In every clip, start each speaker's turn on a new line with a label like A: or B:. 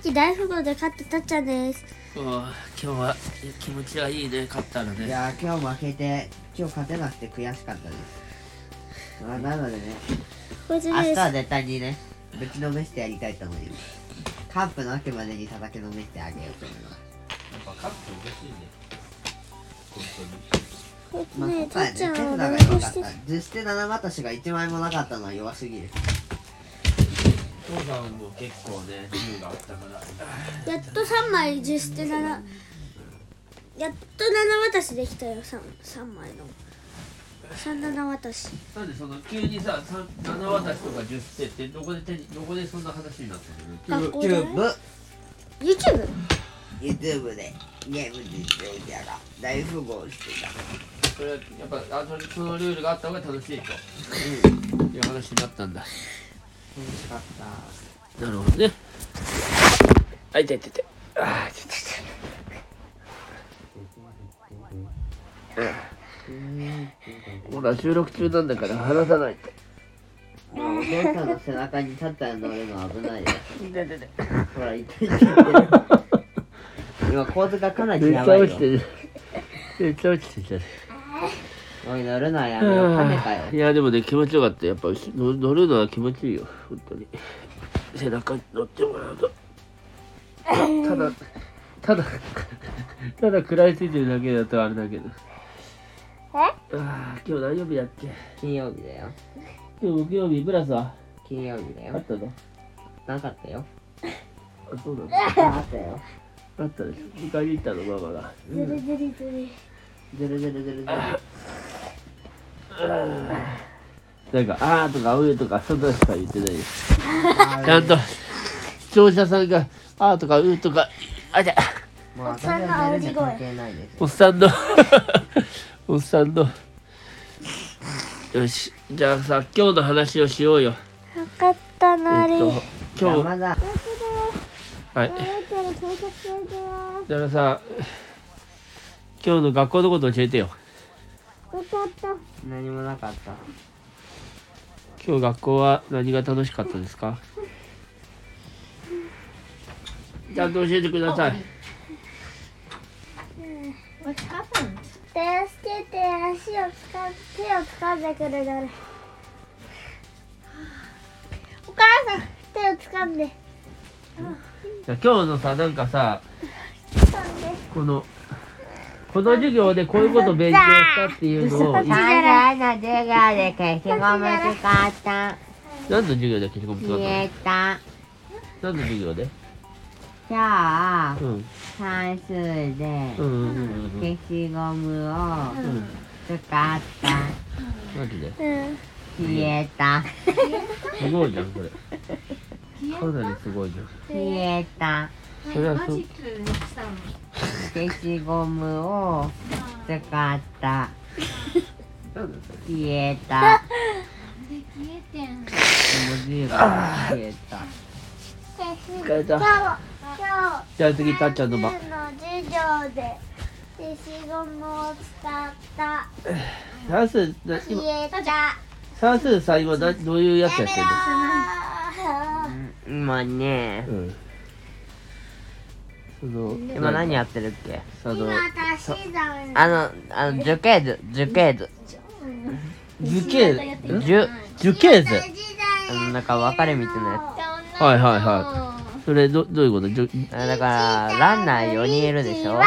A: き大富豪で勝ったたっちゃんです
B: おー今日は気持ちがいいね勝ったら
C: い
B: ね
C: やー今日負けて今日勝てなくて悔しかったです、まあ、なのでね
A: こいつ
C: 明
A: で
C: 日
A: す
C: は絶対にねぶちのめしてやりたいと思いますカンプの秋までに叩きのめしてあげようと思います
D: っぱカップおかしいね本当に
A: こいつ
C: まあ
A: ね
C: 今
A: たっ
C: 回はね
A: ちゃ
C: 手
A: ん
C: 札
A: は
C: が
A: 何
C: 良
A: も
C: かっ
A: したて
C: 10捨て7渡しが1枚もなかったのは弱すぎる
D: 父さんも結構ね銃があったから
A: やっと3枚10捨て7やっと7渡しできたよ 3, 三枚の37渡し
D: なんでその急にさ三七渡しとか十手ってどこで手にどこでそんな話になったの
A: 学
D: ね
A: 校で
C: YouTube
A: YouTube?
C: YouTube でゲーム実況者が大富豪してた
D: それはやっぱあそれそのルールがあった方が楽しいという話になったんだ
C: 楽しかった
D: なるほどねあいてててあいてててほら収録中なんだから話さないと
C: まあお父さんの背中に立ったら乗るの危ないです
D: いててて
C: ほら、痛い痛い痛い。今、構図がかなり
D: めっち
C: や
D: ゃ
C: ばいよ
D: 落ち。て るめっちゃ落ちてきちゃう
C: おい、乗るのはやめよう。カメかよ
D: い。やでもね気持ちよかったやっぱの乗るのは気持ちいいよ本当に背中に乗ってもらうとただただただ食らいついてるだけだとあれだけどああ今日何曜日だっけ
C: 金曜日だよ。
D: 今日木曜日ブラスは
C: 金曜日だ
D: あっ
C: よ。
D: たの
C: なかったよ。
D: あそうなんだ
C: なかったよ。
D: あったでしょ迎えに行ったのママが
A: ずるずるずる
C: ずるずるずるずる。
D: なんか「あー」とか「うー」とかそんなしか言ってないよちゃんと視聴者さんが「あー」とか「うー」とかあじゃ
C: もう私はずるじゃ関係ないですよ。
D: おっさんの おっさんのよしじゃあさ今日の話をしようよ
A: よかったなあれ、
D: えっと
C: 邪
D: 今
C: 魔だ。
D: 日はいだからさ今日の学校のこと教えてよ
C: 何もなかった。
D: 今日学校は何が楽しかったですかちゃんと教えてください
A: 手をつけて足をつか手を掴んでくるならお母さん手を掴んで
D: じゃあ今日のさなんかさ
A: 掴んで
D: このこの授業でこういうこと勉強したっていうのを何の
E: 最初の授業で消しゴム使った
D: 授業で消しゴム使った
E: 消え
D: の
E: た
D: 何の授業で
E: じゃあ
D: うん
E: 算数で
D: うんうんうんうん
E: 消しゴムを使った
D: マジで
A: うん
E: 消えた
D: すごいじゃんこれかなりすごいじゃん
E: 消えた
D: それはそ
E: 消しゴムを使った
D: なんだそれ
E: 消えた
C: 50が消えた。
D: 疲れた
A: 今日今
D: じゃあ次
A: 日
D: たっちゃんの番
A: 算数の授業で消しゴムを使った
D: 算数な
A: 消
D: 今
A: えたや
D: 算数さ今などういうやつやって
A: め
C: 今ね、
D: るのうんその
C: 今何
D: や
C: やってるっけ
D: そ
A: ろ
D: の
A: 今足し算
C: あの、あの、樹形図、樹形図。
D: 図形図
C: 樹、
D: 樹形図
A: 足し算や
C: あのなんか分かれ道のや
D: はいはいはいそれどどういうことじゅ
C: つ。あだから、ランナー4人いるでしょ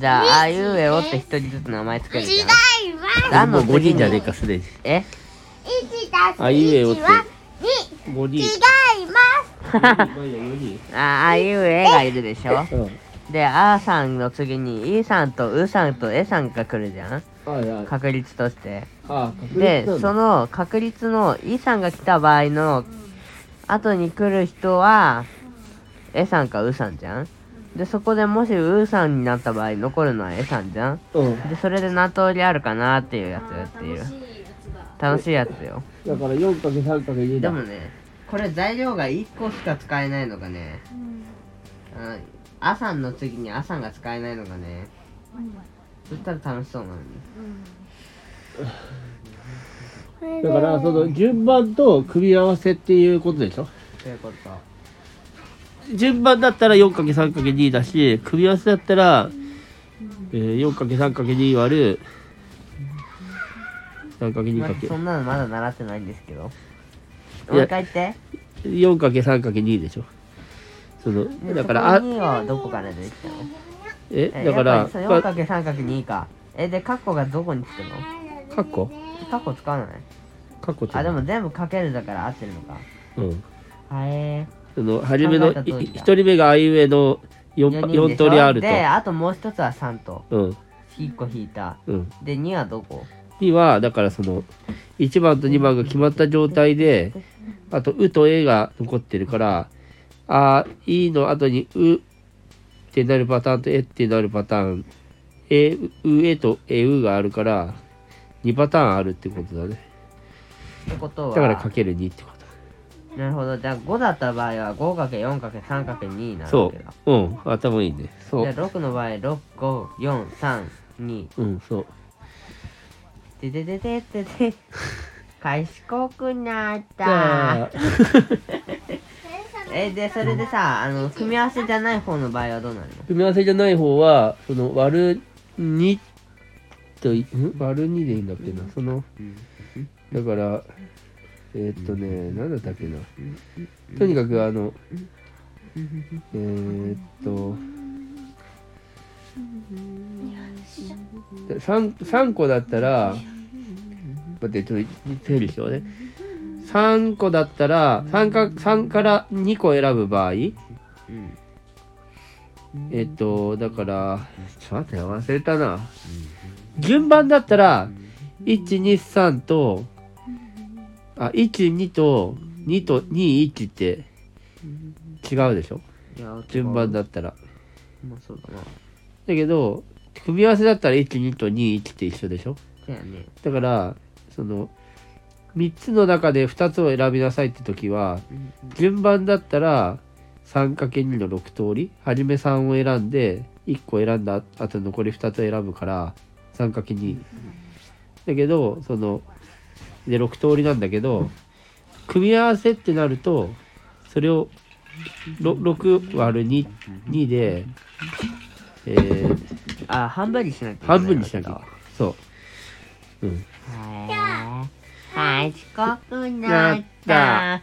C: じゃあ、あいうえおって1人ずつ名前つけるじゃ
A: 違い
C: ん。
A: ます
C: ランの
D: 5
C: 次
D: 人じゃねえ
C: に、
D: かすでに
C: え
A: 一足す
D: あいうえおっ
A: 一
D: て
A: は二
D: 5
A: 違い
D: 人
A: ます
D: 4人
C: あ、あいうえがいるでしょ
D: うん
C: で、あーさんの次に、いさんとうさんとえさんが来るじゃん
D: はいはい
C: 確率として。
D: あ確
C: で
D: 率なん、だ
C: その確率のいさんが来た場合の後に来る人は、えさんかうさんじゃんで、そこでもしうさんになった場合、残るのはえさんじゃん
D: うん
C: で、それで何通りあるかなっていうやつをやっている。楽しいやつよ。
D: だから 4×3×2
C: で
D: だ
C: もね、これ材料が1個しか使えないのがね、あのアサンの次にアサンが使えないのがね、そしたら楽しそうなのに。
D: だからその順番と組み合わせっていうことでしょ
C: ということ。
D: 順番だったら 4×3×2 だし組み合わせだったら、えー、4×3×2 割る 3×2×
E: そんなのまだ習ってないんですけど。
D: や
E: もう一回言って。
D: 4×3×2 でしょその
E: で
D: だからあ
E: そこにはどこから出てきたの
D: え
E: え
D: だか
E: や
D: ら
E: っぱりそう 4×3×2 か。え、で、カッコがどこにつくの
D: カッコ
E: カッコ使わない
D: カッコって
E: あ、でも全部かけるだから合ってるのか。
D: うん
E: はえ
D: その初めのい
E: 考えた通りだ
D: 一人目があいうえの
E: ー。
D: 4,
E: 四人でしょ
D: 通りあると
E: で、あともう一つは3と。
D: うん
E: 1個引いた。
D: うん
E: で、2はどこ
D: 2はだからその1番と2番が決まった状態であと「う」と「え」が残ってるから「あ」「い」の後に「う」ってなるパターンと「え」ってなるパターン「え」「う」「え」と「え」「う」があるから2パターンあるってことだね
E: ってこと
D: だ
E: は。
D: からかける2ってこと
E: なるほど。じゃあ5だった場合は 5×4×3×2 になる
D: そ
E: わけだ。
D: う。うん。頭いいね。そ
E: じゃあ
D: う。
E: 6の場合、6、5、4、3、2。
D: うん、そう。
E: ででででで で。賢くなった。
D: あ
E: え、で、それでさ、あの、組み合わせじゃない方の場合はどうなるの
D: 組み合わせじゃない方は、その、割る2とい、ん割る2でいいんだっけな。その、だから、えーっとね、なんだったっけな。とにかく、あの、えーっと、3, 3個だったら待ってちょっと整理しようね3個だったら3か3から2個選ぶ場合えっとだからちょっと待ってよ忘れたな順番だったら123とあ12と2と21って違うでしょ
E: いや
D: 順番。だったら
E: まあそうだな。
D: だけど組み合わせだったら12と21って一緒でしょ
E: そうやね。
D: だからその3つの中で2つを選びなさいって時は順番だったら 3×2 の6通り初め3を選んで1個選んだあと残り2つ選ぶから 3×2 だけどそので6通りなんだけど組み合わせってなるとそれを6割る 2, 2で、えー
E: あ、半分にしなきゃいけないわ
D: 半
E: けだ。
D: 分にしなきゃいけないそう、うん、
E: へー賢くなった。
C: あ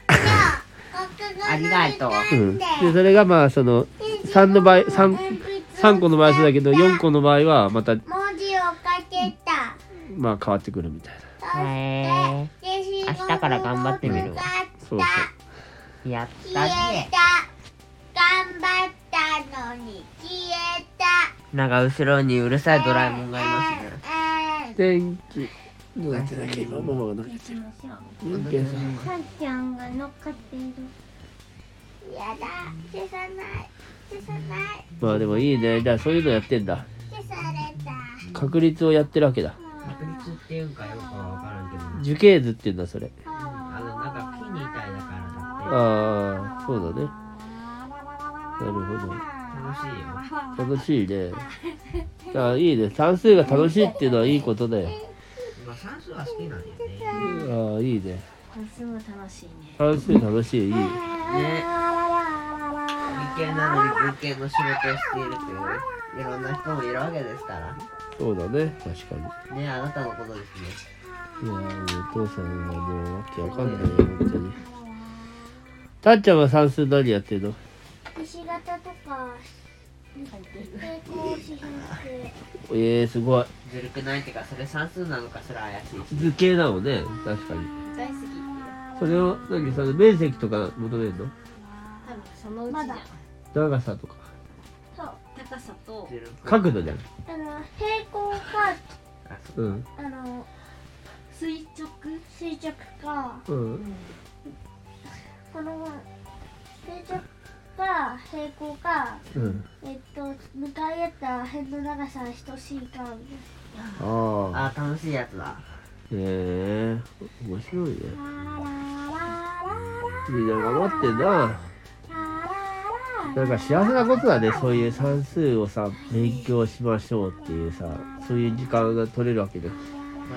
C: りがとう。
D: うん、でそれがまあその3の場合 3, 3個の場合はそうだけど4個の場合はまた
F: 文字を書けた。
D: まあ変わってくるみたいな
F: そして
E: へ
F: 消しゴムを
E: 明日から頑張ってみるわ
F: 使った
D: そうそ
E: ーやっ
F: 消
E: た
F: え
E: ぜ。
F: た。頑張ったのに消えた。
E: なんか後ろにうるさいドラえもんがいますね。
F: え
D: う電気どうやってだっけ今ママが乗っけてる人間さん
F: かちゃんが乗っかっている。やだ。消さない。消さない。
D: まあでもいいねじゃあそういうのやってんだ
F: 消された。
D: 確率をやってるわけだ
C: 確率っていうかよくわからんけど、
D: 樹形図っていうんだそれ
C: あの、なんか木みたいだからだっ
D: ああそうだねなるほど
C: て楽しいよ。
D: 楽しいねああいいね算数が楽しいっていうのはいいことだよ
C: まあ算数は好きなんだよね。
D: ああいいね算数も楽しいね算数楽しいいい
C: ね。理系なのに文系の仕事をしているという、いろんな人もいるわけですから。
D: そうだね確かに
C: ね、あなたのことですね。
D: いやーお父さんはもうわけわかんないよ本当にたっちゃんは算数何やってんの
F: 消し型とか。抵抗しして。
D: ええー、すごい
C: ずるくないっていうか、それ算数なのか、それ怪しいし。
D: 図形なのね確かにそれを何その面積とか求めるの
F: まだ。
D: 長さとか
F: そう。
C: ずるく
D: 角度じゃん
F: あの平行か
D: うん
F: あの垂直垂直か
D: うん
F: この垂直か平行か
D: うん
F: えっと向かい合った辺の長さ等しいかみ
D: ああ
C: あー、楽しいやつだ。
D: ええー、面白いね
F: たいなラララ
D: みんな頑張ってんな
F: ララララ
D: なんか幸せなことだねそういう算数をさ勉強しましょうっていうさそういう時間が取れるわけで
C: ま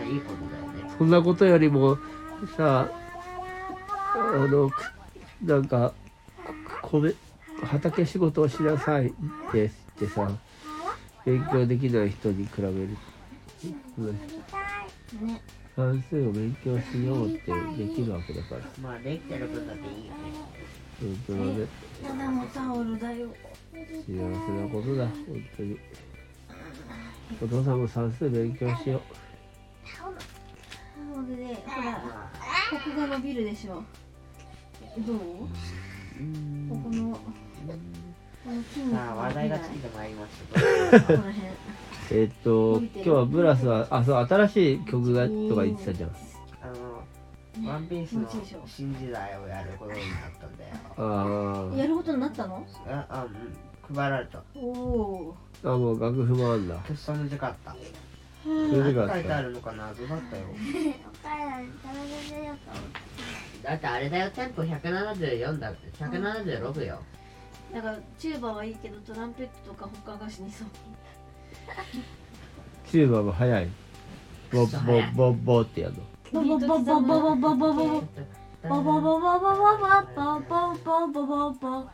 C: あいいことだよね。
D: そんなことよりもさあのくなんか米畑仕事をしなさいって言ってさ勉強できない人に比べる
F: ね
D: 算数を勉強しようってできるわけだから
C: まあできてることでいいよね
D: 本当だね
F: ただのタオルだよ
D: 幸せなことだ本当にお父さんも算数勉強しよ
F: タオルでほらここが伸びるでしょどうここのこの筋肉
C: さあ
F: が
C: 話
F: 伸
C: 題
F: びな
C: が
F: い
C: 尽きてまいりました
F: ここら辺
D: うえっと今日はブラスはあそう新しい曲がとか言ってたじゃん
C: あの、ワンピースの新時代をやることになったんだよ。
D: あ
F: やることになったの
C: あ、あ、うん、配られた。
F: おお
D: ーあもう楽譜もあんだ
C: くっそ難しかった。
D: それでか
C: 書いてあ
D: さ
C: るのか謎だったよ。
G: だってあれだよ、テンポ174だって、176よ。
F: なんかチューバはいいけどトランペットとか他が死にそう
D: チューバも早いボッボッボッボッってやるの
F: ババババババババババババババババババババババ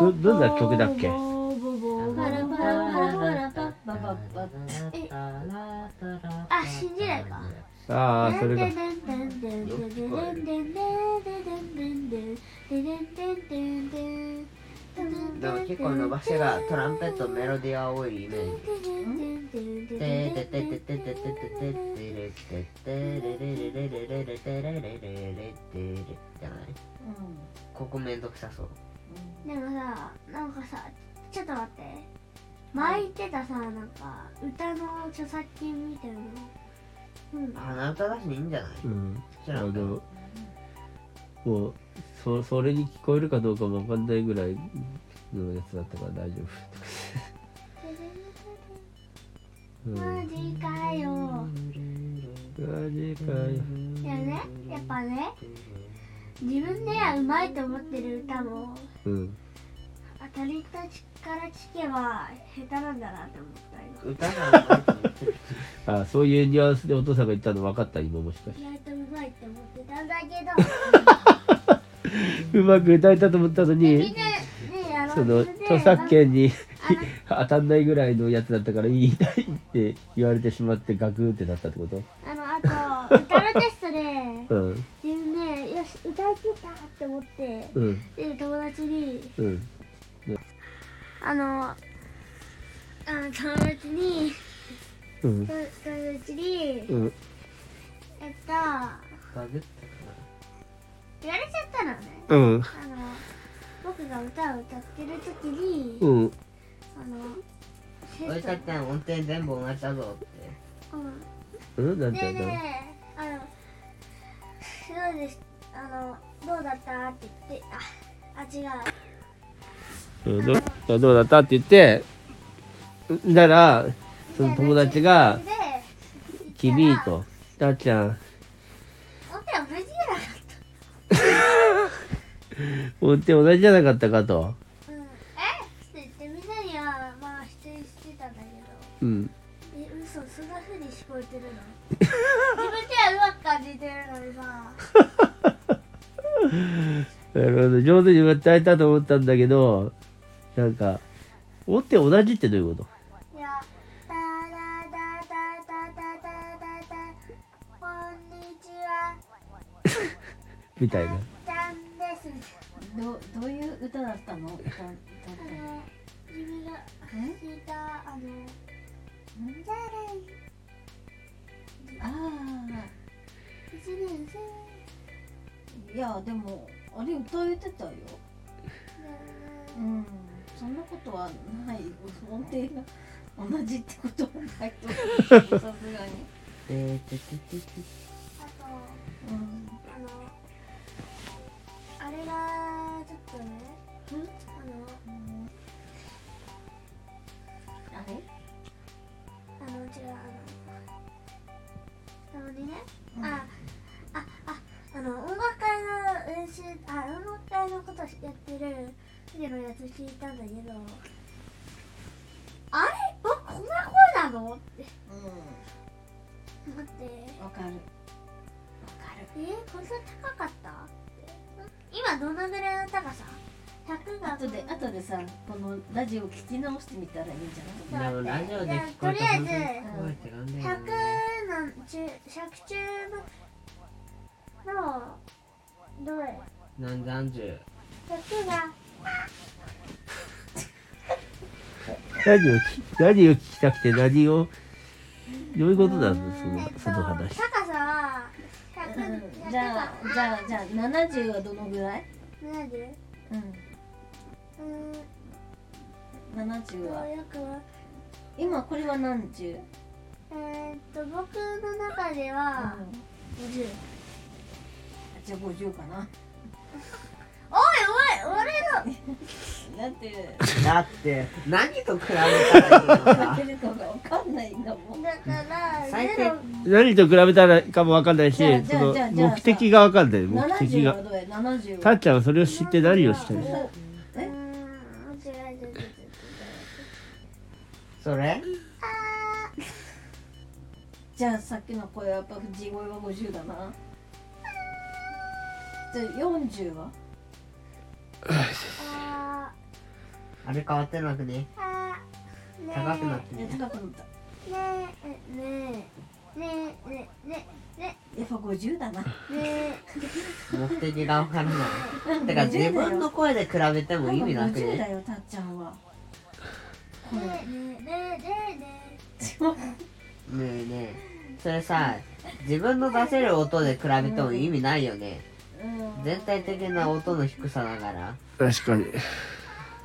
D: どどんな曲だっけ
F: パラパラパラパラパッパパッパ
A: あ信じないか
D: ああそれが
C: でも結構伸ばしがトランペットメロディーが多いイメージ。てててててててててててれれれれれれれれれれれれれじゃないここめんどくさそう。
A: でもさなんかさちょっと待って前言ってたさなんか歌の著作権みたいなのうん
C: 鼻歌だしいいんじゃない
D: うん
C: 知
D: あ
C: らんけ
D: のもうそそれに聞こえるかどうかもわかんないぐらいのやつだったから大丈夫うん
A: マジかよ
D: マジかよ
A: でもねやっぱね自分ではうまいと思ってる歌も
D: うん
A: 当たりたちから聞けば下手なんだなと思った今
C: 歌が上手いって言ってる
D: あそういうニュアンスでお父さんが言ったの分かった今もしかし
A: 意外とうまいって思ってたんだけど
D: てうまく歌えたと思ったの
A: みん
D: に
A: なねあの
D: その
A: ね
D: 著作権に当たんないぐらいのやつだったからいいないって言われてしまってガクってなったってこ
A: あのあと歌のテストで
D: とうん
A: 自分ねよし歌いきったって思って
D: うん
A: で友達に
D: うん
A: あのあの友達に
D: うん
A: 友達に
D: うん
A: えっと
C: バグって
A: 言われちゃったのね
D: うん
A: あの僕が歌を歌ってる時に
D: うん
A: あの
C: 俺たちの音程全部同じだぞって
A: うん
D: うんなんて
A: で
D: 言うの
A: ねあのどうですあのどうだったって言ってああ違う
D: うんどうどうだったって言ってならその友達が
A: で
D: 「君」と「たっちゃん
A: 音程同じじゃなかっ
D: 音程同じじゃなかったか」と
A: た、うん、えって言ってみんなにはまあ否定してたんだけど
D: 「うん
A: え嘘そんな風に聞こえてるの自分ではうまく感じてるのにさ
D: なるほど上手に歌えたと思ったんだけどなんか音程同じってどういうこと
A: いやタラタタタタタタタこんにちは
D: みたいな
A: ちゃんですみた
F: どどういう歌だったの歌歌っ
A: いなね自分が聞いたあのじゃあね
F: たあ
A: 一年生
F: あいやでもあれ歌えてたようんそんなことはない音程が同じってことはないと思うさすがに
C: でてててて
A: あと
F: うん
A: あのあれがちょっとねあの
F: あれ
A: あの違うあのたまにね、ああああの音楽会の練習あ音楽会のことやってる時のやつ聞いたんだけどあれ僕こんな声なのって
F: う
A: 待って
F: んわかる
A: えー、こんな高かった今どのぐらいの高さ100が
F: 後で後でさこのラジオ聞き直してみたらいいんじゃない
A: じゃあ
G: でもラジオで聞
A: と
G: こえ
A: り
G: た
A: あ
G: 本当に
A: えず
G: 聞こえてるんだよ
A: 百
G: ね
A: の中百中ののどれ
G: 何三十
A: 百が
D: 何を聞き何を聞きたくて何をどういうことなんです
A: えっと
D: そのその
A: 高
D: 話
A: さは百
F: うん
A: 百
F: じゃ
A: が
F: あじゃあじゃあ70はどのぐらい、
A: 七十う
F: うん、
A: ーん
F: 70は
A: とよくわ
F: 今これは何十、
A: えーっと僕の中で
F: うん
A: は五十、
F: じゃあ50かな
A: おいおい俺の
F: だって
C: だって何と比べたらいいのか
F: 出るかが分かんないんだもん
A: だから
C: 最低
A: ゼロ
D: 何と比べたらかもわかんないし
F: じゃあ
D: そ
F: じゃあ
D: の
F: じゃあ
D: 目的がわかんない目的
F: 70
D: が
F: はどうや70
D: たっ
F: は
D: ちゃんはそれを知って何をしたい
A: えう
F: え
A: ーん間違えてる
C: それ
A: あー
F: じゃあさっきの声はやっぱ藤声は50だなじゃあ40は
A: あ
C: あれ変わってなくね
A: ーあーねえ
C: 高くなって
F: いや高くなった
A: ねえねえねえねえねえね
F: やっぱ50だな
A: えね
C: 目的がわからないだから自分の声で比べても意味なく
F: 50
C: ね
F: だよたっちゃんは
A: えねえねえねえねえ
C: ねえねえそれさ自分の出せる音で比べても意味ないよね
F: うん
C: 全体的な音の低さながら
D: 確かに